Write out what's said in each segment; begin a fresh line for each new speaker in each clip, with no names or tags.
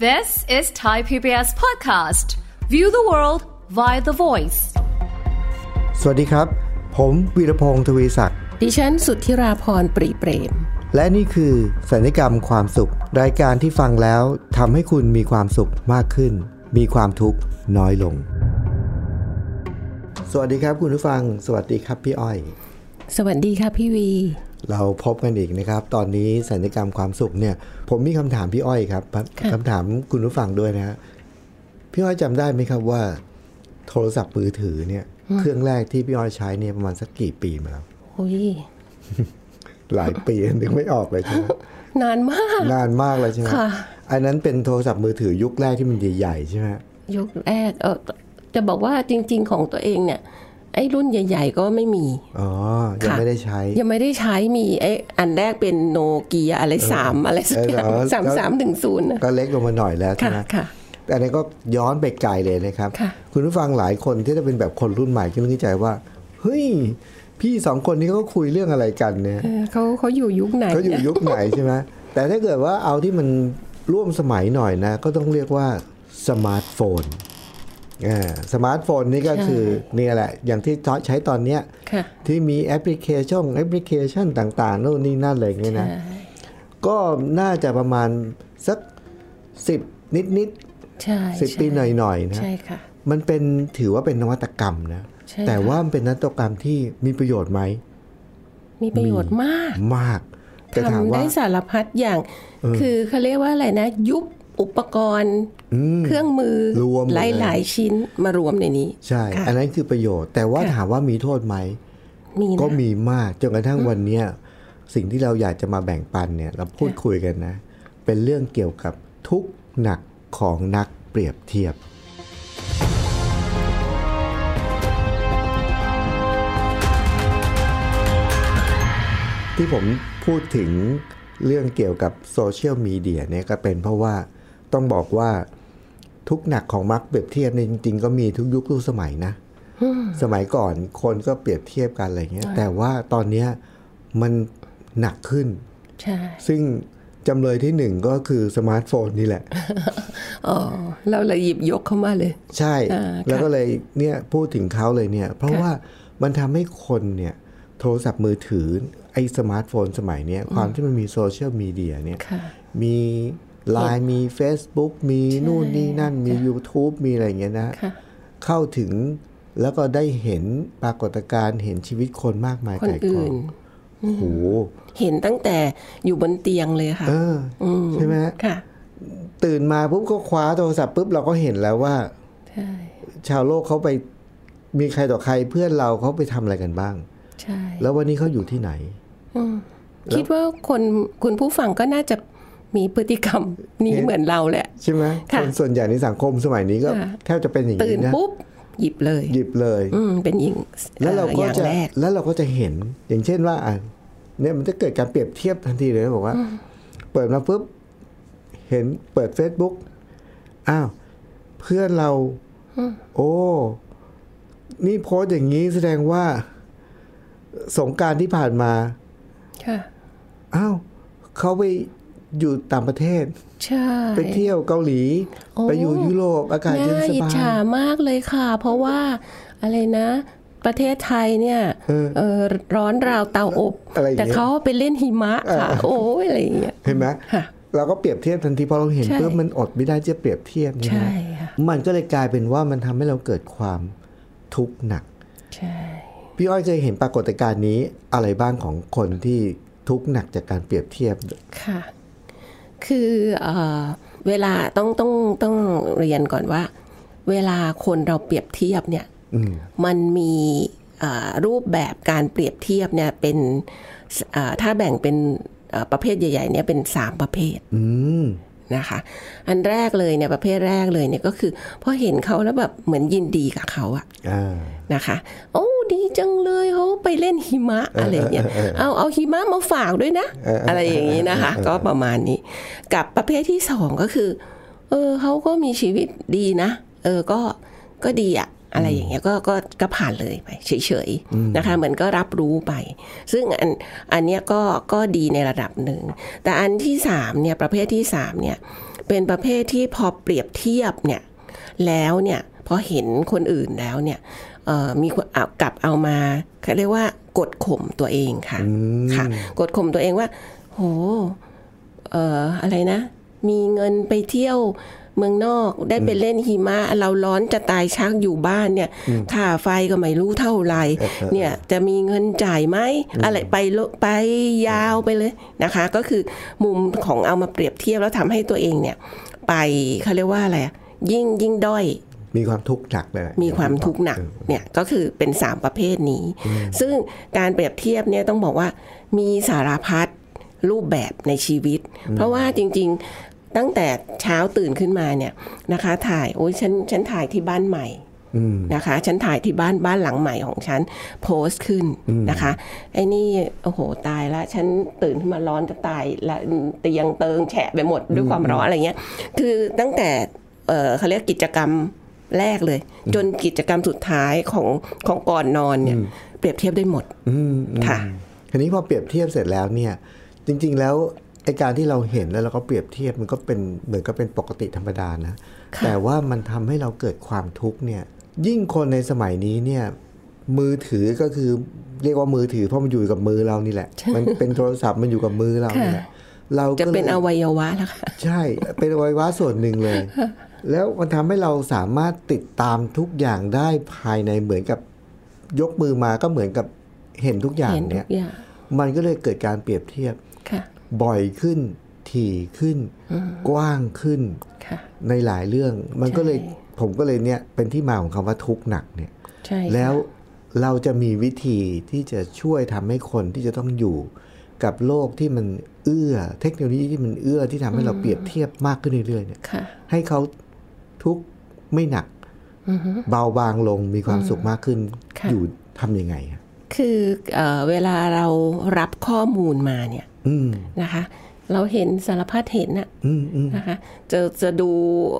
This is Thai PBS podcast. View the world via the voice.
สวัสดีครับ ผมวีรพงศ์ทวีศักดิ์
ดิฉันสุทธิราพรปรีเปรม
และนี่คือสัญญกรรมความสุข รายการที่ฟังแล้วทำให้คุณมีความสุขมากขึ้น มีความทุกข์น้อยลง สวัสดีครับคุณผู้ฟัง สวัสดีครับพี่อ้อย
สวัสดีค่ะพี่วี
เราพบกันอีกนะครับ ตอนนี้สัญญกรรมความสุขเนี่ย ผมมีคำถามพี่อ้อยครับคำถามคุณผู้ฟังด้วยนะฮะพี่อ้อยจำได้ไหมครับว่า โทรศัพท์มือถือเนี่ย เครื่องแรกที่พี่อ้อยใช้เนี่ยประมาณสักกี่ปีมาแล้ว
โอ้ย
หลายปี นึกไม่ออกเลยใช่ไหม
นานมาก
นานมากเลยใช่ไหม
ค่ะ
อันนั้นเป็นโทรศัพท์มือถือยุคแรกที่มันใหญ่ๆใช่ไหม
ยุคแรกเออจะบอกว่าจริง ๆ ของตัวเองเนี่ย ไอ้รุ่นใหญ่ ๆ ก็ไม่มี
อ๋อ ยัง
ค่ะ
ไม่ได้ใช้
ยังไม่ได้ใช้มีไอ้อันแรกเป็นโนเกียอะไรสามอะไรสักอย่าง
เออแล้ว
สามสามถึงศูนย์นะ
ก็เล็กลงมาหน่อยแล้วใช่
ค่ะ
ไหม
ค่ะ
แต่อันนี้ก็ย้อนไปไกลเลยนะครับ
ค่ะ
ณผู้ฟังหลายคนที่จะเป็นแบบคนรุ่นใหม่ก็นึกในใจว่า เฮ้ย พี่สองคนนี้เขาคุยเรื่องอะไรกันเนี่ย
เออเขาเขาอยู่ยุคไหน
เขาอยู่
นี่
ยุคไหนใช่ไหมแต่ถ้าเกิดว่าเอาที่มันร่วมสมัยหน่อยนะ ก็ต้องเรียกว่าสมาร์ทโฟนอ่าสมาร์ทโฟนนี่ก็คือเนี่ยแหละ อย่างที่ใช้ตอนเนี้ย
ค่ะ
ที่มีแอปพลิเคชันแอปพลิเคชันต่างๆโน่นนี่นั่นอะไรอย่างเงี้ยนะ
ใช่
ก็น่าจะประมาณสักสิบนิด
ใช่
ๆสิบ
ใช่
ปีหน่อยๆนะ
ใช่ค่ะ
มันเป็นถือว่าเป็นนวัตกรรมนะ
ใช่
แต่ว่ามันเป็นนวัตกรรมที่มีประโยชน์ไหม
มีประโยชน์มาก
มาก แต่ถาม
ทำ
ว่า
ได้สารพัดอย่าง คือเขาเรียกว่าอะไรนะ ยุบอุปกรณ์ เครื่องมือ
รวมหมด
ห
เล
ลาย ยหลายๆชิ้นมารวมในนี้
ใช่
ค่ะ
อันนั้นคือประโยชน์ แต่ว่า
ค่ะ
ถามว่ามีโทษไหม
มี
ก็
นะ
มีมากจนกระทั่งวันเนี้ยสิ่งที่เราอยากจะมาแบ่งปันเนี่ยเราพูดคุยกันนะ เป็นเรื่องเกี่ยวกับทุกข์หนักของนักเปรียบเทียบ ที่ผมพูดถึงเรื่องเกี่ยวกับโซเชียลมีเดียเนี่ยก็เป็นเพราะว่าต้องบอกว่าทุกข์หนักของมักเปรียบเทียบเนี่ยจริง ๆ ก็มีทุกยุคทุกสมัยนะ สมัยก่อนคนก็เปรียบเทียบกันอะไรเงี้ย แต่ว่าตอนเนี้ยมันหนักขึ้น
ใช่
ซึ่งจำเลยที่หนึ่งก็คือสมาร์ทโฟนนี่แหละ
อ๋อเราเลยหยิบยกเข้ามาเลย
ใช่
อ่าค่ะ
แล้วก็เลยเนี่ยพูดถึงเขาเลยเนี่ย เพราะว่ามันทำให้คนเนี่ยโทรศัพท์มือถือไอ้สมาร์ทโฟนสมัยเนี้ยความที่มันมีโซเชียลมีเดียเนี่ย
ค่ะ
มีไลน์มี Facebook มีนู่นนี่นั่นมี YouTube มีอะไรอย่างเงี้ยนะ
ค่ะ
เข้าถึงแล้วก็ได้เห็นปรากฏการณ์เห็นชีวิตคนมากมาย
คน
ไก่กอ
อื่
ง
น
โอ้โห
เห็นตั้งแต่อยู่บนเตียงเลยค่ะ
เอออ
ม
ใช่ไหมฮะ
ค่ะ
ตื่นมาปุ๊บก็คว้าโทรศัพท์ปุ๊บเราก็เห็นแล้วว่า
ใช่
ชาวโลกเขาไปมีใครต่อใครเพื่อนเราเขาไปทำอะไรกันบ้าง
ใช่
แล้ววันนี้เขาอยู่ที่ไหน
อืมคิดว่าคนคุณผู้ฟังก็น่าจะมีพฤติกรรมนี้
เห็น
เหมือนเราแหละ
ใช่ไหม
ค่ะ
คนส่วนใหญ่ในสังคมสมัยนี้ก็
ค่ะ
แทบจะเป็นอย่าง
ตื่
นี้
น
นะ
ปุ๊บหยิบเลย
หยิบเลย
อืมเป็นหญิง
แล้วเราก็
อ่อ
จะ
ย่างแรก
แล้วเราก็จะเห็นอย่างเช่นว่าอ่ะเนี่ยมันจะเกิดการเปรียบเทียบทันทีเลยนะบอกว่า เปิดมาปุ๊บเห็นเปิด Facebook อ้าวเพื่อนเรา โอ้ นี่โพสต์อย่างนี้แสดงว่า สงกรารที่ผ่านมา
ค่ะ
อ้าวเขาไปอยู่ต่างประเทศ
ใช่
ไปเที่ยวเกาหลี
โอ้
ไปอยู่ยุโรปอากาศเย็นส
อิจ
บาย
ฉามากเลยค่ะ เพราะว่าอะไรนะ ประเทศไทยเนี่ย
เออ
เออร้อนราวเตาอบ
อะไรอย่างเงี้ย
แต่เขาไปเล่นหิมะค่ะ โอ้ยอะไรอย่างเงี้ย
เห็นไหม
ค่ะ
เราก็เปรียบเทียบทันทีพอเราเห็น
ใช่
ปุ๊บมันอดไม่ได้ที่จะเปรียบเทียบนี่นะ
ใช่ค่ะ
มันก็เลยกลายเป็นว่ามันทำให้เราเกิดความทุกข์หนัก
ใช่
พี่อ้อยเคยเห็นปรากฏการณ์นี้อะไรบ้างของคนที่ทุกข์หนักจากการเปรียบเทียบ
ค่ะ คือเอ่อเวลาต้องต้องต้องเรียนก่อนว่า เวลาคนเราเปรียบเทียบเนี่ย
อืม
มันมีเอ่อรูปแบบการเปรียบเทียบเนี่ยเป็นเอ่อถ้าแบ่งเป็นเอ่อประเภทใหญ่ๆเนี่ยเป็น 3 ประเภท
อืม
นะคะอันแรกเลยเนี่ยประเภทแรกเลยเนี่ยก็คือพอเห็นเขาแล้วแบบเหมือนยินดีกับเขาอะ
อ่า
นะคะโอ้ดีจังเลยเขาไปเล่นหิมะอะไรอย่างเงี้ยเอาเอาหิมะมาฝากด้วยนะ อะไรอย่างนี้นะคะ ก็ประมาณนี้ กับประเภทที่สองก็คือเออเขาก็มีชีวิตดีนะ เออก็ก็ดีอะอะไรอย่างเงี้ยก็ก็ก็ผ่านเลยไปเฉยๆนะคะ เหมือนก็รับรู้ไป ซึ่งอันอันเนี้ยก็ก็ดีในระดับหนึ่ง แต่อันที่สามเนี่ยประเภทที่สามเนี่ย เป็นประเภทที่พอเปรียบเทียบเนี่ยแล้วเนี่ยพอเห็นคนอื่นแล้วเนี่ยเอ่อมีคนเอากลับเอามาเขาเรียกว่ากดข่มตัวเองค่ะค่ะกดข่มตัวเองว่า โหเอ่ออะไรนะ มีเงินไปเที่ยวเมืองนอกได้ไปเล่นหิมะเราร้อนจะตายชักอยู่บ้านเนี่ยค่าไฟก็ไม่รู้เท่าไหร่เนี่ยจะมีเงินจ่ายไหมอะไรไปโลไปยาวไปเลยนะคะ ก็คือมุมของเอามาเปรียบเทียบแล้วทำให้ตัวเองเนี่ย ไปเขาเรียกว่าอะไรอะยิ่งยิ่งด้อย
มีความทุกข์หนักเลย
มีความทุกข์หนักเนี่ยก็คือเป็น 3 ประเภทนี้ ซึ่งการเปรียบเทียบเนี่ยต้องบอกว่ามีสารพัดรูปแบบในชีวิต เพราะว่าจริงๆตั้งแต่เช้าตื่นขึ้นมาเนี่ยนะคะ ถ่ายโอ้ยฉันฉันถ่ายที่บ้านใหม่
อืม
นะคะ ฉันถ่ายที่บ้านบ้านหลังใหม่ของฉันโพสต์ขึ้นนะคะไอ้นี่โอ้โหตายละฉันตื่นขึ้นมาร้อนจะตายละเตียงเติงแฉะไปหมดด้วยความร้อนอะไรเงี้ยคือตั้งแต่เอ่อเขาเรียกกิจกรรมแรกเลย จนกิจกรรมสุดท้ายของของก่อนนอนเนี่ยเปรียบเทียบได้หมด
อืมอืม
ค่ะ
ทีนี้พอเปรียบเทียบเสร็จแล้วเนี่ย จริง ๆ แล้วไอการที่เราเห็นแล้วเราก็เปรียบเทียบมันก็เป็นเหมือนก็เป็นปกติธรรมดานะ
ค่ะ
แต่ว่ามันทำให้เราเกิดความทุกข์เนี่ย ยิ่งคนในสมัยนี้เนี่ย มือถือก็คือเรียกว่ามือถือเพราะมันอยู่กับมือเรานี่แหละ มันเป็นโทรศัพท์มันอยู่กับมือเรานี่แหละเราก็
จะเป็น
ลย
อวัยวะแล้วค่ะ
ใช่ เป็นอวัยวะส่วนหนึ่งเลย แล้วมันทำให้เราสามารถติดตามทุกอย่างได้ภายในเหมือนกับยกมือมาก็เหมือนกับเห็นทุกอย่าง
เห็นทุ
เนี่ย
กอย่าง
มันก็เลยเกิดการเปรียบเทียบ
ค่ะ
บ่อยขึ้น ถี่ขึ้น กว้างขึ้น
ค่ะ
ในหลายเรื่อง มันก็เลย
ใช่
ผมก็เลยเนี่ยเป็นที่มาของคำว่าทุกข์หนักเนี่ย
ใช่ค่ะ
แล้วเราจะมีวิธีที่จะช่วยทำให้คนที่จะต้องอยู่กับโลกที่มันเอื้อ เทคโนโลยีที่มันเอื้อที่ทำให้เราเปรียบเทียบมากขึ้นเรื่อยๆเนี่ย
ค่ะ
ให้เขาทุกข์ไม่หนัก เบาบางลงมีความสุขมากขึ้น
ค่ะ
อยู่ทำยังไงอะ
คือเอ่อเวลาเรารับข้อมูลมาเนี่ย
อืม
นะคะเราเห็นสารพัดเห็นน่ะ
อืมอืม
นะคะจะจะดู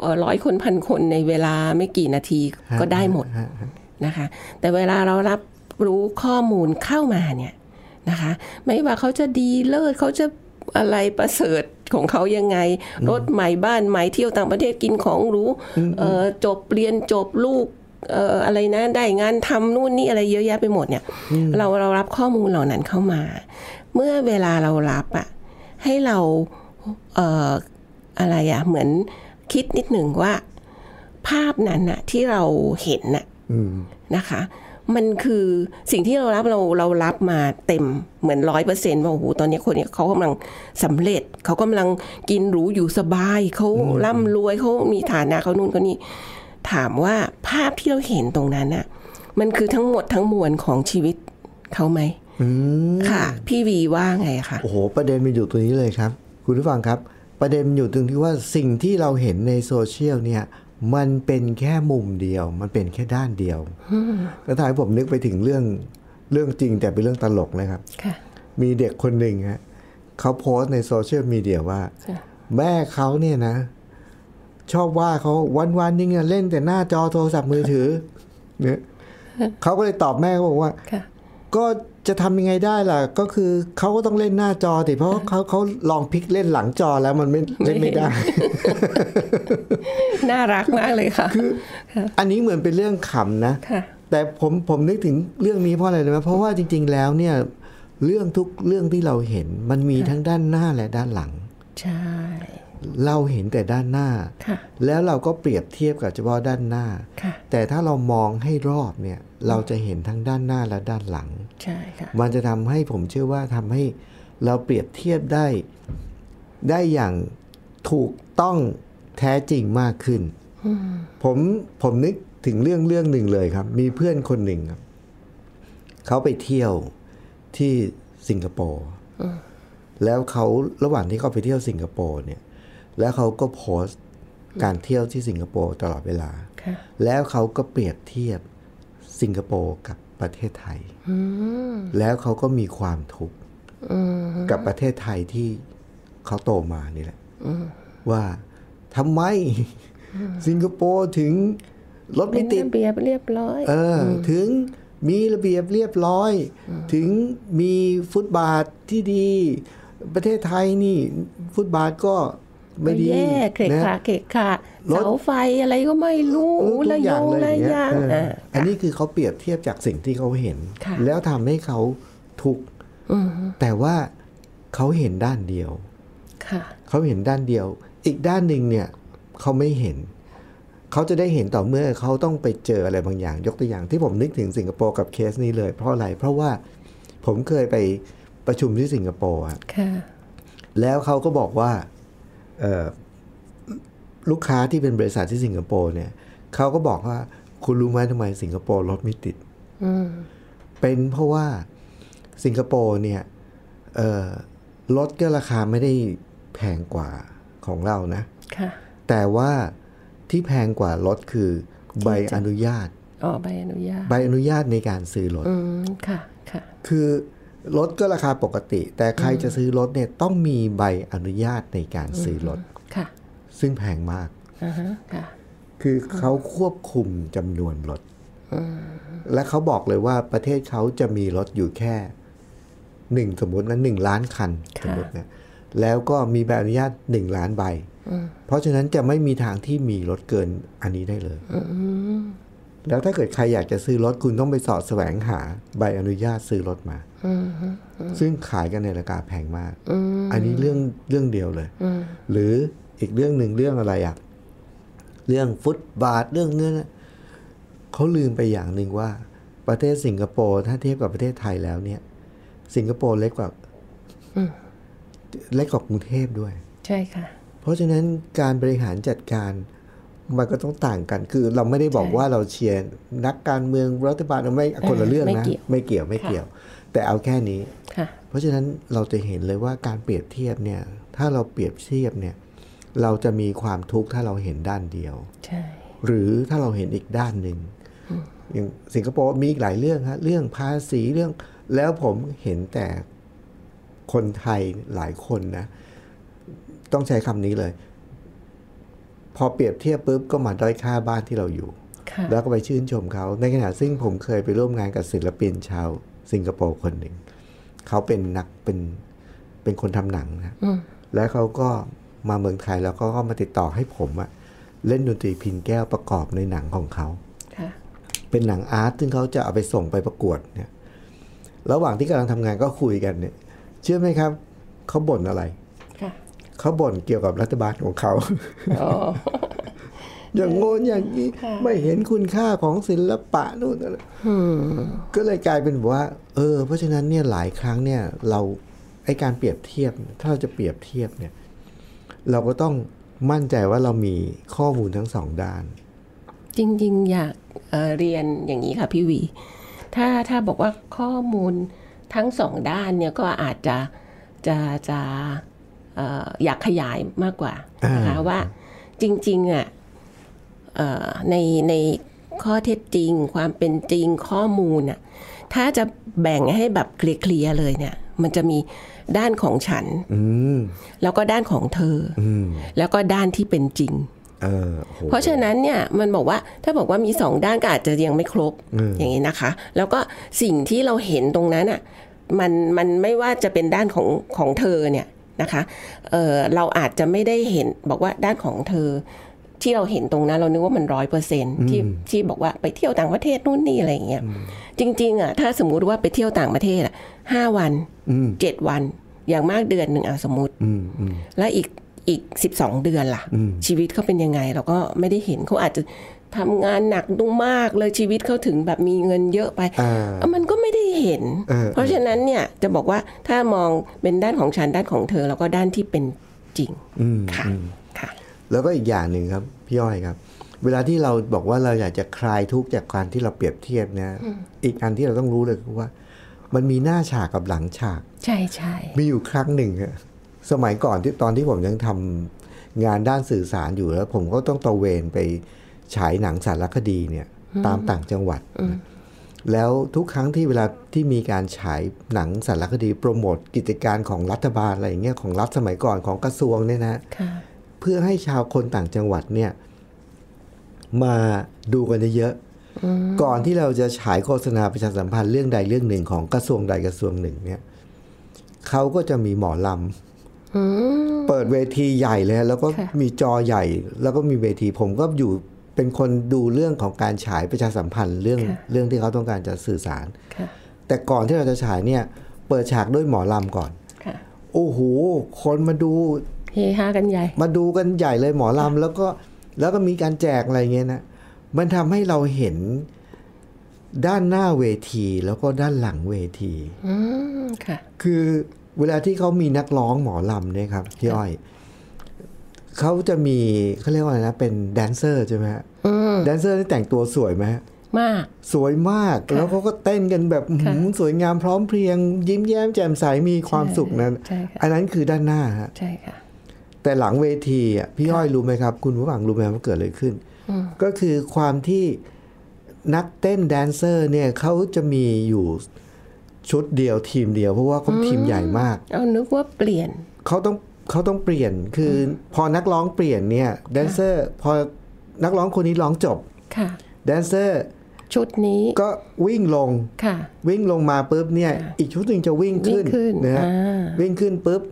เอ่อร้อยคนพันคนในเวลาไม่กี่นาที
ฮะ
ก็ได้หมด
ฮะฮะ
นะคะ แต่เวลาเรารับรู้ข้อมูลเข้ามาเนี่ยนะคะ ไม่ว่าเขาจะดีเลิศเขาจะอะไรประเสริฐของเขายังไง รถใหม่บ้านใหม่เที่ยวต่างประเทศกินของหรูเอ่อจบเรียนจบลูกเอ่ออะไรนะได้งานทำนู่นนี่อะไรเยอะแยะไปหมดเนี่ย เราเรารับข้อมูลเหล่านั้นเข้ามา เมื่อเวลาเรารับอะให้เราเอ่ออะไรอะเหมือนคิดนิดหนึ่งว่า ภาพนั้นอะที่เราเห็นอะ
อืม
นะคะ มันคือสิ่งที่เรารับเราเรารับมาเต็มเหมือนร้อยเปอร์เซนต์ว่าโอ้โหตอนนี้คนเนี้ยเขากำลังสำเร็จ เขากำลังกินหรูอยู่สบาย เขาร่ำรวยเขามีฐานะเขานู่นเขานี่ถามว่าภาพที่เราเห็นตรงนั้นอะมันคือทั้งหมดทั้งมวลของชีวิตเขาไหม
อืม
ค่ะ พี่วีว่าไงคะ
โอ้โห ประเด็นมันอยู่ตรงนี้เลยครับ คุณผู้ฟังครับ ประเด็นมันอยู่ตรงที่ว่าสิ่งที่เราเห็นในโซเชียลเนี่ย มันเป็นแค่มุมเดียว มันเป็นแค่ด้านเดียว แล้วทายผมนึกไปถึงเรื่องเรื่องจริงแต่เป็นเรื่องตลกนะครับ
ค่ะ
มีเด็กคนหนึ่งฮะเขาโพสต์ในโซเชียลมีเดียว่า
ค่ะ
แม่เขาเนี่ยนะ ชอบว่าเขาวันวันๆนึงอะเล่นแต่หน้าจอโทรศัพท์มือถือ เนี่ยเขาก็เลยตอบแม่เขาบอกว่า
ค่ะ
ก็จะทำยังไงได้ล่ะ ก็คือเขาก็ต้องเล่นหน้าจอติเพราะเขาเขาลองพลิกเล่นหลังจอแล้วมันไม่เล่นไม่ได้
น่ารักมากเลยค่ะ
อันนี้เหมือนเป็นเรื่องขำนะ
ค่ะ
แต่ผมผมนึกถึงเรื่องนี้เพราะอะไรรู้ไหมเพราะว่าจริง ๆ แล้วเนี่ยเรื่องทุกเรื่องที่เราเห็นมันมีทั้งด้านหน้าและด้านหลัง
ใช่
เราเห็นแต่ด้านหน้า
ค่ะ
แล้วเราก็เปรียบเทียบกับเฉพาะด้านหน้า
ค่ะ
แต่ถ้าเรามองให้รอบเนี่ยเราจะเห็นทั้งด้านหน้าและด้านหลัง
ใช่ค่ะ
มันจะทำให้ผมเชื่อว่าทำให้เราเปรียบเทียบได้ได้อย่างถูกต้องแท้จริงมากขึ้น ผมผมนึกถึงเรื่องเรื่องหนึ่งเลยครับ มีเพื่อนคนหนึ่งครับ เขาไปเที่ยวที่สิงคโปร์แล้วเขาระหว่างที่เขาไปเที่ยวสิงคโปร์เนี่ย แล้วเขาก็โพสต์การเที่ยวที่สิงคโปร์ตลอดเวลา
ค่ะ
แล้วเขาก็เปรียบเทียบสิงคโปร์กับประเทศไทย
อืม
แล้วเขาก็มีความทุกข์กับประเทศไทยที่เขาโตมานี่แหละว่าทำไมสิงคโปร์ถึงรถ
เป็
ไม่
น
ติด
ระเบียบเรียบร้อย
เอออถึงมีระเบียบเรียบร้อย ถึงมีฟุตบาทที่ดี ประเทศไทยนี่ ฟุตบาทก็ ไม่ดี
แย่เกะ
นะ
กะเกะกะ
รถ
เสาไฟอะไรก็ไม่รู้
เออทุ
ระ
กอยย่าง
ง
เลยอ
ระ
ย่างเงี้
ยายง
เอออ
อ่า
อันนี้คือเขาเปรียบเทียบจากสิ่งที่เขาเห็น
ค่ะ
แล้วทำให้เขาทุกข์
อืม
แต่ว่าเขาเห็นด้านเดียว
ค่ะ
เขาเห็นด้านเดียว อีกด้านหนึ่งเนี่ยเขาไม่เห็น เขาจะได้เห็นต่อเมื่อเขาต้องไปเจออะไรบางอย่าง ยกตัวอย่างที่ผมนึกถึงสิงคโปร์กับเคสนี้เลย เพราะอะไร เพราะว่าผมเคยไปประชุมที่สิงคโปร์อะ
ค่ะ
แล้วเขาก็บอกว่าเอ่อลูกค้าที่เป็นบริษัทที่สิงคโปร์เนี่ยเขาก็บอกว่าคุณรู้ไหมทำไมสิงคโปร์รถไม่ติด
อืม
เป็นเพราะว่าสิงคโปร์เนี่ยเอ่อรถก็ราคาไม่ได้แพงกว่าของเรานะ
ค่ะ
แต่ว่าที่แพงกว่ารถคือใบอนุญาต
อ๋อใบอนุญาต
ใบอนุญาตในการซื้อรถ
อืมค่ะค่ะ
คือรถก็ราคาปกติ แต่ใครจะซื้อรถเนี่ยต้องมีใบอนุญาตในการซื้อรถ
ค่ะ
ซึ่งแพงมาก
อ่าฮะค่ะ
คือเขาควบคุมจำนวนรถ และเขาบอกเลยว่าประเทศเขาจะมีรถอยู่แค่หนึ่งสมมตินะหนึ่งล้านคัน
ค่ะ
สมมตินะแล้วก็มีใบอนุญาตหนึ่งล้านใบ เพราะฉะนั้นจะไม่มีทางที่มีรถเกินอันนี้ได้เลย แล้วถ้าเกิดใครอยากจะซื้อรถคุณต้องไปสอดแสวงหาใบอนุญาตซื้อรถมา ซึ่งขายกันในราคาแพงมาก อันนี้เรื่องเรื่องเดียวเลย หรืออีกเรื่องหนึ่งเรื่องอะไรอ่ะ เรื่องฟุตบาทเรื่องเนื้อนะเขาลืมไปอย่างหนึ่งว่า ประเทศสิงคโปร์ถ้าเทียบกับประเทศไทยแล้วเนี่ย สิงคโปร์เล็กกว่าเล็กกว่ากรุงเทพด้วย
ใช่ค่ะ
เพราะฉะนั้นการบริหารจัดการมันก็ต้องต่างกัน คือเราไม่ได้บอก
ใช่
ว่าเราเชียร์นักการเมืองรัฐบาลเอาไม่คนละเรื่อง
ไม่
นะ
เกี่ยว
ไม่เกี่ยวไม่เกี่ยว แต่เอาแค่นี้
ค่ะ
เพราะฉะนั้นเราจะเห็นเลยว่าการเปรียบเทียบเนี่ย ถ้าเราเปรียบเทียบเนี่ย เราจะมีความทุกข์ถ้าเราเห็นด้านเดียว
ใช่
หรือถ้าเราเห็นอีกด้านหนึ่งอย่างสิงคโปร์มีอีกหลายเรื่องฮะเรื่องภาษีเรื่อง แล้วผมเห็นแต่คนไทยหลายคนนะ ต้องใช้คำนี้เลย พอเปรียบเทียบปุ๊บก็มาด้อยค่าบ้านที่เราอยู่
ค่ะ
แล้วก็ไปชื่นชมเขา ในขณะซึ่งผมเคยไปร่วมงานกับศิลปินชาวสิงคโปร์คนหนึ่ง เขาเป็นนักเป็นเป็นคนทำหนังนะ
อืม
แล้วเขาก็มาเมืองไทยแล้วก็มาติดต่อให้ผมอะเล่นดนตรีพินแก้วประกอบในหนังของเขา
ค่ะ
เป็นหนังอาร์ตซึ่งเขาจะเอาไปส่งไปประกวดเนี่ย ระหว่างที่กำลังทำงานก็คุยกันเนี่ย เชื่อไหมครับ เขาบ่นอะไร
ค่ะ
เขาบ่นเกี่ยวกับรัฐบาลของเขา
อ๋อ
อย่างโงนอย่างนี้
ค่ะ
ไม่เห็นคุณค่าของศิลปะนู่นอะไรก็เลยกลายเป็นว่า เออ เพราะฉะนั้นเนี่ยหลายครั้งเนี่ย เราไอการเปรียบเทียบ ถ้าเราจะเปรียบเทียบเนี่ย เราก็ต้องมั่นใจว่าเรามีข้อมูลทั้งสองด้าน
จริง ๆ อยากเอ่อเรียนอย่างนี้ค่ะพี่วี ถ้าถ้าบอกว่าข้อมูลทั้งสองด้านเนี่ยก็อาจจะจะจะเอ่ออยากขยายมากกว่านะคะ
อ่า
ว่าจริงๆอ่ะเอ่อในในข้อเท็จจริง ความเป็นจริงข้อมูลอ่ะถ้าจะแบ่งให้แบบเคลียร์ๆเลยเนี่ย มันจะมีด้านของฉัน
อืม
แล้วก็ด้านของเธออ
อืม
แล้วก็ด้านที่เป็นจริง
เออโอ้โห
เพราะฉะนั้นเนี่ยมันบอกว่าถ้าบอกว่ามีสองด้านก็อาจจะยังไม่ครบ
อืม
อย่างนี้นะคะ แล้วก็สิ่งที่เราเห็นตรงนั้นอ่ะมันมันไม่ว่าจะเป็นด้านของของเธอเนี่ยนะคะเออเราอาจจะไม่ได้เห็นบอกว่าด้านของเธอ ที่เราเห็นตรงนั้นเรานึกว่ามันร้อยเปอร์เซ็นที่ที่บอกว่าไปเที่ยวต่างประเทศนู่นนี่อะไรอย่างเงี้ยจริงๆอ่ะถ้าสมมุติว่าไปเที่ยวต่างประเทศอ่ะห้าวัน
อืม
เจ็ดวันอย่างมากเดือนหนึ่งอ่ะสมมติ
อืมอืม
แล้วอีกอีกสิบสองเดือนล่ะ
อืม
ชีวิตเขาเป็นยังไง เราก็ไม่ได้เห็นเขาอาจจะทำงานหนักดุมากเลยชีวิตเขาถึงแบบมีเงินเยอะไป
อ่า
เอ้ามันก็ไม่ได้เห็น
เออ
เพราะฉะนั้นเนี่ยจะบอกว่าถ้ามองเป็นด้านของฉันด้านของเธอ แล้วก็ด้านที่เป็นจริง
อืม
ค่ะค่ะ
แล้วก็อีกอย่างหนึ่งครับ พี่อ้อยครับ เวลาที่เราบอกว่าเราอยากจะคลายทุกข์จากการที่เราเปรียบเทียบนะอีกอันที่เราต้องรู้เลยคือว่า มันมีหน้าฉากกับหลังฉาก
ใช่ใช่
มีอยู่ครั้งหนึ่งฮะสมัยก่อนที่ตอนที่ผมยังทำงานด้านสื่อสารอยู่แล้ว ผมก็ต้องตระเวนไปฉายหนังสารคดีเนี่ยตามต่างจังหวัดนะแล้วทุกครั้งที่เวลาที่มีการฉายหนังสารคดีโปรโมทกิจการของรัฐบาลอะไรอย่างเงี้ยของรัฐสมัยก่อนของกระทรวงเนี่ยนะ
ค่ะ
เพื่อให้ชาวคนต่างจังหวัดเนี่ย มาดูกันเยอะๆก่อนที่เราจะฉายโฆษณาประชาสัมพันธ์เรื่องใดเรื่องหนึ่งของกระทรวงใดกระทรวงหนึ่งเนี่ยเขาก็จะมีหมอล เปิดเวทีใหญ่เลยแล้วก็
ค่ะ
มีจอใหญ่ แล้วก็มีเวทีผมก็อยู่เป็นคนดูเรื่องของการฉายประชาสัมพันธ์เรื่องเรื่องที่เขาต้องการจะสื่อสาร
ค่ะ
แต่ก่อนที่เราจะฉายเนี่ย เปิดฉากด้วยหมอลำก่อน
ค่ะ
โอ้โห คนมาดู
เฮฮากันใหญ่
มาดูกันใหญ่เลยหมอลำแล้วก็แล้วก็มีการแจกอะไรเงี้ยนะ มันทำให้เราเห็นด้านหน้าเวทีแล้วก็ด้านหลังเวที
อืมค่ะ
คือเวลาที่เขามีนักร้องหมอลำเนี่ยครับพี่อ้อยเขาจะมีเขาเรียกว่าอะไรนะเป็นแดนเซอร์ใช่ไหมฮะ
อืม
แดนเซอร์นี่แต่งตัวสวยไหมฮะ
มาก
สวยมากแล้วเขาก็เต้นกันแบบอื้อหือสวยงามพร้อมเพรียง ยิ้มแย้มแจ่มใสมีความสุขนั้น
ใช่ค่ะ
อันนั้นคือด้านหน้าฮะ
ใช่ค่ะ
แต่หลังเวทีอ่ะพี่อ้อยรู้ไหมครับ คุณผู้ฟังรู้ไหมว่าเกิดอะไรขึ้น ก็คือความที่นักเต้นแดนเซอร์เนี่ยเขาจะมีอยู่ชุดเดียวทีมเดียวเพราะว่าเขาทีมใหญ่มาก
เอานึกว่าเปลี่ยน
เขาต้องเขาต้องเปลี่ยนคืออพอนักร้องเปลี่ยนเนี่ยแดนเซอร์พอนักร้องคนนี้ร้องจบ
ค่ะ
แดนเซอร์
ชุดนี้
ก็วิ่งลง
ค่ะ
วิ่งลงมาปุ๊บเนี่ย อีกชุดหนึ่งจะวิ่งขึ้น
วิ่งขึ้น
นะฮะ
อ่า
วิ่งขึ้นปุ๊บ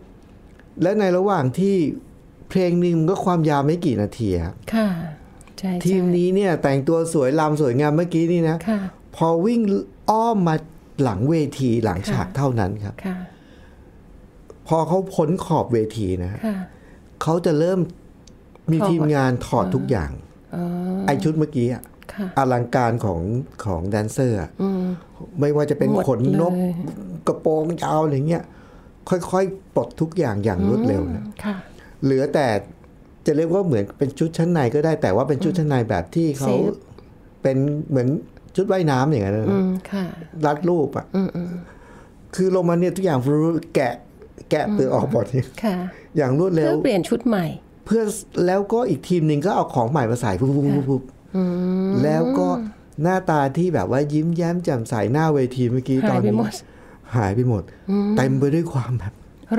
และในระหว่างที่เพลงหนึ่งก็ความยาวไม่กี่นาทีอะ
ค่ะ ใช่
ที
ใช่
มนี้เนี่ยแต่งตัวสวยลำสวยงามเมื่อกี้นี่นะ
ค่ะ
พอวิ่งอ้อมมาหลังเวทีหลังฉากเท่านั้นครับ
ค่ะ
พอเขาพ้นขอบเวทีนะฮะ
ค่ะ
เขาจะเริ่มมี
ถอด
ทีมงานถอดทุกอย่าง
อ๋อ
ไอชุดเมื่อกี้อะ
ค่ะ
อลังการของของแดนเซอร์อะ
อืม
ไม่ว่าจะเป็น
หมด
ขนนก
เลย
กระโปรงยาวอะไรเงี้ย ค่อยๆปลดทุกอย่างอย่างรวดเร็วนะ
ค่ะ
เหลือแต่จะเรียกว่าเหมือนเป็นชุดชั้นในก็ได้แต่ว่าเป็นชุดชั้นในแบบที่เขา
เซฟ
เป็นเหมือนชุดว่ายน้ำอย่างนั้นนะ
อืม ค่ะ
รัดรูปอ่ะคือลงมาเนี่ยทุกอย่างรู้แกะแกะเปลือกออกหมด
ค่ะ
อย่างรวดเร็
เพื่
ว
อเปลี่ยนชุดใหม่
เพื่อแล้วก็อีกทีมหนึ่งก็เอาของใหม่มาใส่ปุ๊บปุ๊บปุ๊บปุ๊บแล้วก็หน้าตาที่แบบว่ายิ้มแย้มแจ่มใสหน้าเวทีเมื่อกี้
หาย
ตอนนี้
ไปหมด
หายไปหมด เต็มไปด้วยความแบบ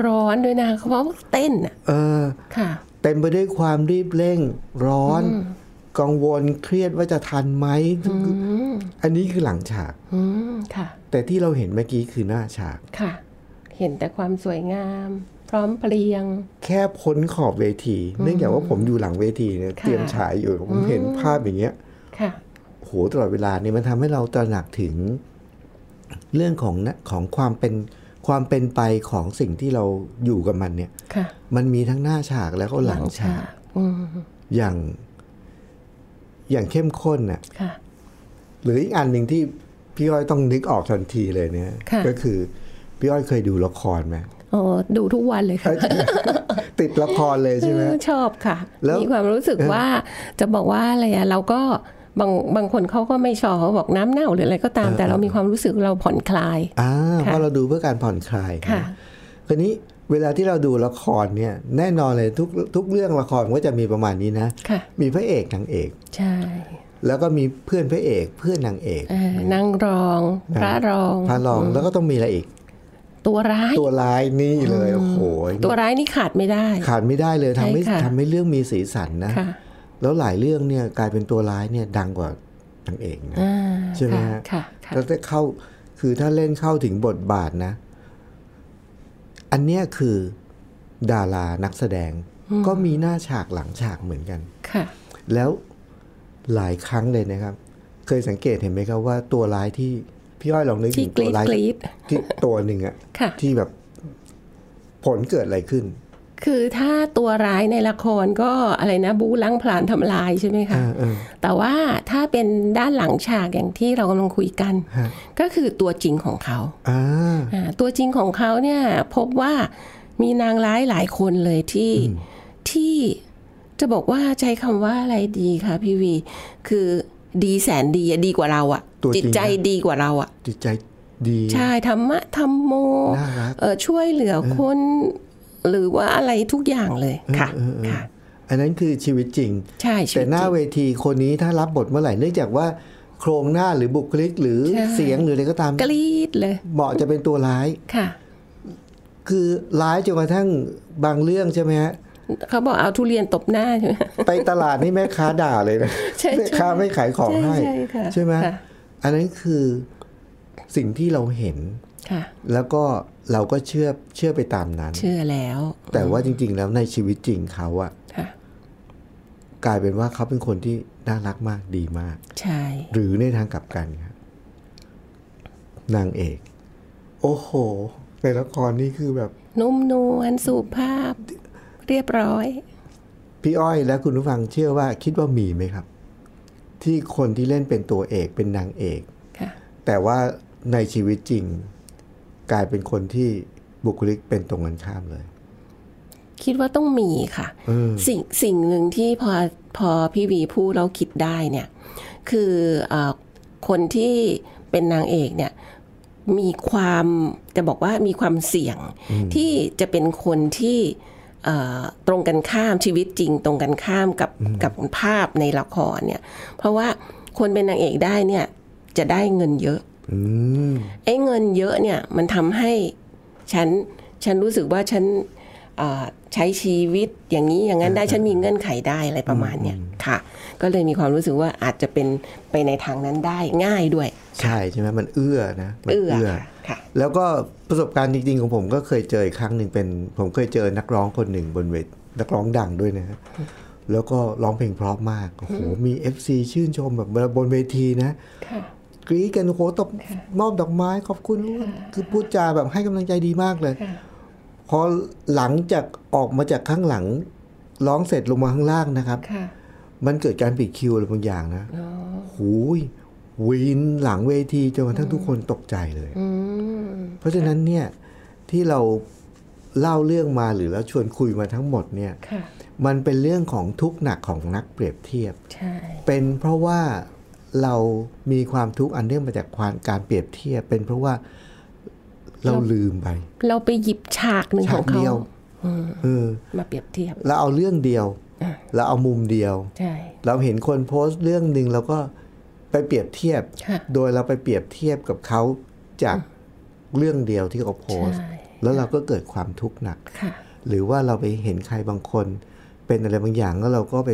ร้อนด้วยนะเขาเพราะว่าเต้นอ่ะ
เออ
ค่ะ
เต็มไปด้วยความรีบเร่งร้อน กังวลเครียดว่าจะทันไหมอันนี้คือหลังฉาก
อืม ค่ะ
แต่ที่เราเห็นเมื่อกี้คือหน้าฉาก
ค่ะ เห็นแต่ความสวยงาม พร้อมเพรียง
แค่พ้นขอบเวที เนื่องจากว่าผมอยู่หลังเวทีเนี่ย
ค่ะ
เตรียมฉายอยู่ผมเห็นภาพอย่างเงี้ย
ค่ะ
โหตลอดเวลาเนี่ยมันทำให้เราตระหนักถึงเรื่องของนะของความเป็นความเป็นไปของสิ่งที่เราอยู่กับมันเนี่ย
ค่ะ
มันมีทั้งหน้าฉากแล้วก็หลังฉาก
อืม
อย่าง อย่างเข้มข้นน่ะ
ค่ะ
หรืออีกอันหนึ่งที่พี่อ้อยต้องนึกออกทันทีเลยเนี่ย
ค่ะ
ก็คือพี่อ้อยเคยดูละครไหม
อ๋อ ดูทุกวันเลยค่ะ
ติดละครเลยใช่ไหม
เออชอบค่ะ
แล้ว
มีความรู้สึก
เออ
ว่าจะบอกว่าอะไรอะเราก็บางบางคนเขาก็ไม่ชอบเขาบอกน้ำเน่าหรืออะไรก็ตาม แต่เรามีความรู้สึกเราผ่อนคลาย
อ่าเพราะ
ค่ะ
เราดูเพื่อการผ่อนคลายน
ค่ะ
คราวนี้เวลาที่เราดูละครเนี่ย แน่นอนเลยทุกทุกเรื่องละครมันก็จะมีประมาณนี้นะ
ค่ะ
มีพระเอกนางเอก
ใช่
แล้วก็มีเพื่อนพระเอกเพื่อนนางเอก
เออนั่งรอง พระรอง
พระรองแล้วก็ต้องมีอะไรอีก
ตัวร้าย
ตัวร้ายนี่เลยโอ้โห
ตัวร้ายนี่ขาดไม่ได้
ขาดไม่ได้เลยทำให้
ใช่ค่ะ
ทำให้เรื่องมีสีสันนะ
ค่ะ
แล้วหลายเรื่องเนี่ยกลายเป็นตัวร้ายเนี่ยดังกว่านางเอกนะ
อ่า
ใช่ไหมฮะ
ค่ะค่ะ
แล้วถ้าเข้าคือถ้าเล่นเข้าถึงบทบาทนะ อันเนี้ยคือดารานักแสดง ก็มีหน้าฉากหลังฉากเหมือนกัน
ค่ะ
แล้วหลายครั้งเลยนะครับ เคยสังเกตเห็นไหมครับว่าตัวร้ายที่พี่อ้อยลองนึก
ที่
ถึง
ก
ตัว
รีด
ร้าย
กรีด
ที่ตัวหนึ่งอะ
ค่ะ
ที่แบบผลเกิดอะไรขึ้น
คือถ้าตัวร้ายในละครก็อะไรนะบูล้างผลาญทำลายใช่ไหมคะ
เออเออ
แต่ว่าถ้าเป็นด้านหลังฉากอย่างที่เรากำลังคุยกัน
ฮะ
ก็คือตัวจริงของเขา
อ่า
อ่าตัวจริงของเขาเนี่ยพบว่ามีนางร้ายหลายคนเลยที่ที่จะบอกว่าใช้คำว่าอะไรดีคะพี่วี คือดีแสนดีอะดีกว่าเราอะ
ตัวจริ
จิ
ง
ตใจ
นะ
ดีกว่าเราอะ
จิตใจดี
ใช่ธรรมะธรรมโม
น่ารัก
เอ่อช่วยเหลือคนหรือว่าอะไรทุกอย่างเลยค่ะค่ะ
อันนั้นคือชีวิตจริง
ใช่ชี
แต่
วิต
ห
จ
น้า
ริง
เวทีคนนี้ถ้ารับบทเมื่อไหร่เนื่องจากว่าโครงหน้าหรือบุคลิกหรือ
ใช่
เสียงหรืออะไรก็ตาม
กรี๊ดเลย
เหมาะจะเป็นตัวร้าย
ค่ะ
คือร้ายจนกระทั่งบางเรื่องใช่ไหม ฮะ
เขาบอกเอาทุเรียนตบหน้าใช่ไหม
ไปตลาดนี่แม่ค้าด่าเลยนะ
ใช่ใช่
แม่ค้าไม่ขายของให้
ใช่ใช่ค่ะ
ไหม
ค่ะ
อันนั้นคือสิ่งที่เราเห็น
ค่ะ
แล้วก็ เราก็เชื่อเชื่อไปตามนั้น
เชื่อแล้ว
แต่ว่าจริง ๆ แล้วในชีวิตจริงเขาอะ
ค่ะ
กลายเป็นว่าเขาเป็นคนที่น่ารักมากดีมาก
ใช่
หรือในทางกลับกันครับนางเอก โอ้โห ในละครนี่คือแบบ
นุ่มนวลสุภาพ เรียบร้อย
พี่อ้อยและคุณผู้ฟังเชื่อว่าคิดว่ามีไหมครับ ที่คนที่เล่นเป็นตัวเอกเป็นนางเอก
ค่ะ
แต่ว่าในชีวิตจริง กลายเป็นคนที่บุคลิกเป็นตรงกันข้ามเลย
คิดว่าต้องมีค่ะ สิ่งสิ่งหนึ่งที่พอพอพี่วีพูดเราคิดได้เนี่ย คือเออคนที่เป็นนางเอกเนี่ย มีความจะบอกว่ามีความเสี่ยงที่จะเป็นคนที่เอ่อตรงกันข้ามชีวิตจริง ตรงกันข้ามกับกับภาพในละครเนี่ย เพราะว่าคนเป็นนางเอกได้เนี่ยจะได้เงินเยอะ
อืม
ไอ้เงินเยอะเนี่ยมันทำให้ฉันฉันรู้สึกว่าฉันเอ่อใช้ชีวิตอย่างนี้อย่างนั้นได้ฉันมีเงื่อนไขได้อะไรประมาณเนี่ยค่ะ ก็เลยมีความรู้สึกว่าอาจจะเป็นไปในทางนั้นได้ง่ายด้วย
ใช่ใช่ไหมมันเอื้อนะมัน
เอื้อ
เอื้อ
ค่ะค่ะ
แล้วก็ประสบการณ์จริงๆของผมก็เคยเจออีกครั้งหนึ่งเป็น ผมเคยเจอนักร้องคนหนึ่งบนเวทนักร้องดังด้วยนะฮะแล้วก็ร้องเพลงเพราะมากโอ้โหมี FC ชื่นชมแบบบนเวทีนะ
ค่ะ
กรีดกันโอ้โหตบมอบดอกไม้ขอบคุณคือพูดจาแบบให้กำลังใจดีมากเลย
ค่ะ
พอหลังจากออกมาจากข้างหลัง ร้องเสร็จลงมาข้างล่างนะครับ
ค่ะ
มันเกิดการปิดคิวอะไรบางอย่างนะหูยวินหลังเวทีจนกระทั่งทุกคนตกใจเลย
อืม
เพราะฉะนั้นเนี่ยที่เราเล่าเรื่องมาหรือเราชวนคุยมาทั้งหมดเนี่ย
ค่ะ
มันเป็นเรื่องของทุกข์หนักของนักเปรียบเทียบ
ใช่
เป็นเพราะว่าเรามีความทุกข์อันเนื่องมาจากความการเปรียบเทียบ เป็นเพราะว่าเราลืมไป
เราไปหยิบฉากหนึ่งข
ฉา
อก งเขา
เดียวเออ
มาเปรียบเทียบ
เราเอาเรื่องเดียว
อ่ะ
เราเอามุมเดียว
ใช่
เราเห็นคนโพสต์เรื่องหนึ่งเราก็ไปเปรียบเทียบ
ค่ะ
โดยเราไปเปรียบเทียบกับเขาจากเรื่องเดียวที่เขาโพสต์
ใช่
แล้วเราก็เกิดความทุกข์หนัก
ค่ะ
หรือว่าเราไปเห็นใครบางคน เป็นอะไรบางอย่างแล้วเราก็ไป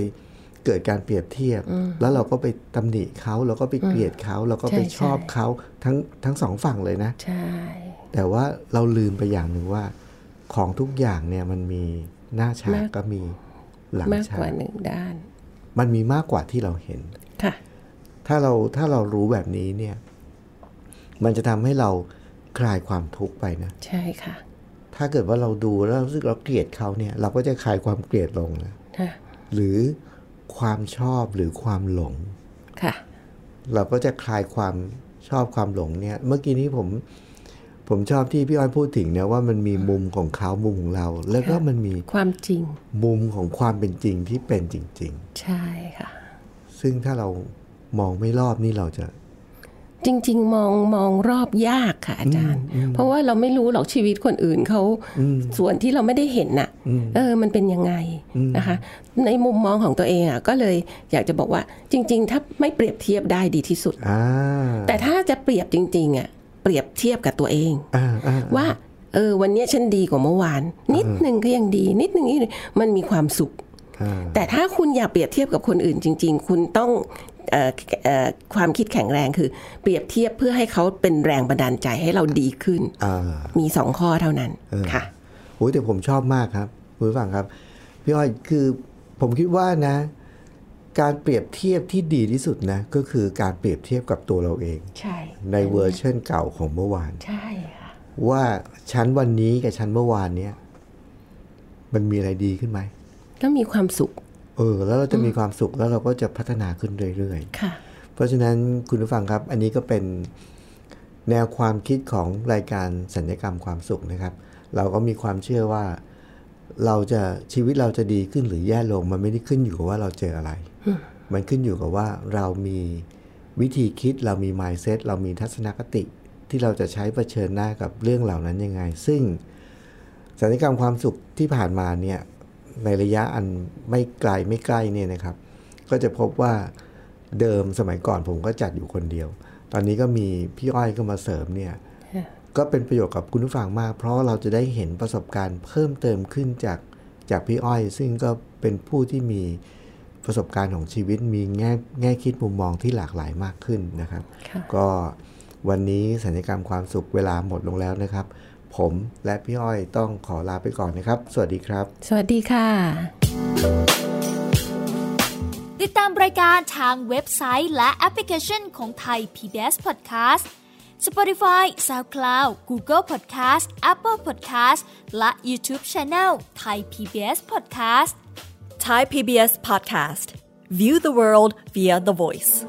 เกิดการเปรียบเทียบ แล้วเราก็ไปตำหนิเขาเราก็ไปเกลียดเขาเราก็ไป
ใช่
ชอบเขาทั้งทั้งสองฝั่งเลยนะ
ใช่
แต่ว่าเราลืมไปอย่างหนึ่งว่า ของทุกอย่างเนี่ยมันมีหน้าฉากก็มีหลัง
มาก
ฉาก
ว่าหนึ่งด้าน
มันมีมากกว่าที่เราเห็น
ค่ะ
ถ้าเราถ้าเรารู้แบบนี้เนี่ย มันจะทำให้เราคลายความทุกข์ไปนะ
ใช่ค่ะ
ถ้าเกิดว่าเราดูแล้วรู้สึกเราเกลียดเขาเนี่ย เราก็จะคลายความเกลียดลงนะ
ค่ะ
หรือความชอบหรือความหลง
ค่ะ
เราก็จะคลายความชอบความหลงเนี่ย เมื่อกี้นี้ผมผมชอบที่พี่อ้อยพูดถึงนะว่ามันมีมุมของเขามุมของเรา แล้วก็มันมี
ความจริง
มุมของความเป็นจริงที่เป็นจริง
ใช่ค่ะ
ๆ ซึ่งถ้าเรามองไม่รอบนี่เราจะ
จริง ๆ มองมองรอบยากค่ะอาจารย์ เพราะว่าเราไม่รู้หรอกชีวิตคนอื่นเขาส่วนที่เราไม่ได้เห็นน่ะเออมันเป็นยังไงนะคะ ในมุมมองของตัวเองอ่ะก็เลยอยากจะบอกว่าจริง ๆ ถ้าไม่เปรียบเทียบได้ดีที่สุด
อ่า
แต่ถ้าจะเปรียบจริงๆอ่ะเปรียบเทียบกับตัวเอง
อ่าอ่า
ว่าเออวันเนี้ยฉันดีกว่าเมื่อวาน นิดหนึ่งก็ยังดี นิดหนึ่งนิดหนึ่งมันมีความสุข
อ่า
แต่ถ้าคุณอยากเปรียบเทียบกับคนอื่นจริง ๆ คุณต้องเออเอ่อความคิดแข็งแรงคือ เปรียบเทียบเพื่อให้เขาเป็นแรงบันดาลใจให้เราดีขึ้น
อ่า
มีสองข้อเท่านั้นค่ะ
โอ้ยแต่ผมชอบมากครับคุณผู้ฟังครับ พี่อ้อยคือผมคิดว่านะ การเปรียบเทียบที่ดีที่สุดนะ ก็คือการเปรียบเทียบกับตัวเราเอง
ใช่
ในเวอร์ชันเก่าของเมื่อวาน
ใช่ค่ะ
ว่าชั้นวันนี้กับชั้นเมื่อวานเนี้ยมันมีอะไรดีขึ้นไหม
แล้วมีความสุข
เออ แล้วเราจะมีความสุขแล้วเราก็จะพัฒนาขึ้นเรื่อย
ค่ะ
ๆ เพราะฉะนั้นคุณผู้ฟังครับ อันนี้ก็เป็นแนวความคิดของรายการสัญญกรรมความสุขนะครับ เราก็มีความเชื่อว่า เราจะชีวิตเราจะดีขึ้นหรือแย่ลง มันไม่ได้ขึ้นอยู่กับว่าเราเจออะไร มันขึ้นอยู่กับว่าเรามีวิธีคิดเรามี mindset เรามีทัศนคติ ที่เราจะใช้เผชิญหน้ากับเรื่องเหล่านั้นยังไง ซึ่งสัญญกรรมความสุขที่ผ่านมาเนี่ยในระยะอันไม่ไกลไม่ใกล้เนี่ยนะครับ ก็จะพบว่าเดิมสมัยก่อนผมก็จัดอยู่คนเดียว ตอนนี้ก็มีพี่อ้อยก็มาเสริมเนี่ย ก็เป็นประโยชน์กับคุณผู้ฟังมาก เพราะเราจะได้เห็นประสบการณ์เพิ่มเติมขึ้นจากจากพี่อ้อย ซึ่งก็เป็นผู้ที่มีประสบการณ์ของชีวิตมีแง่แง่คิดมุมมองที่หลากหลายมากขึ้นนะครับ
ค่ะ
ก็วันนี้สัญญกรรมความสุขเวลาหมดลงแล้วนะครับ ผมและพี่อ้อยต้องขอลาไปก่อนนะครับ สวัสดีครับ
สวัสดีค่ะ
ติดตามรายการทางเว็บไซต์และแอปพลิเคชันของไทย PBS Podcast Spotify SoundCloud Google Podcast Apple Podcast และ YouTube Channel ไทย PBS Podcast
Thai PBS podcast. View the world via the voice.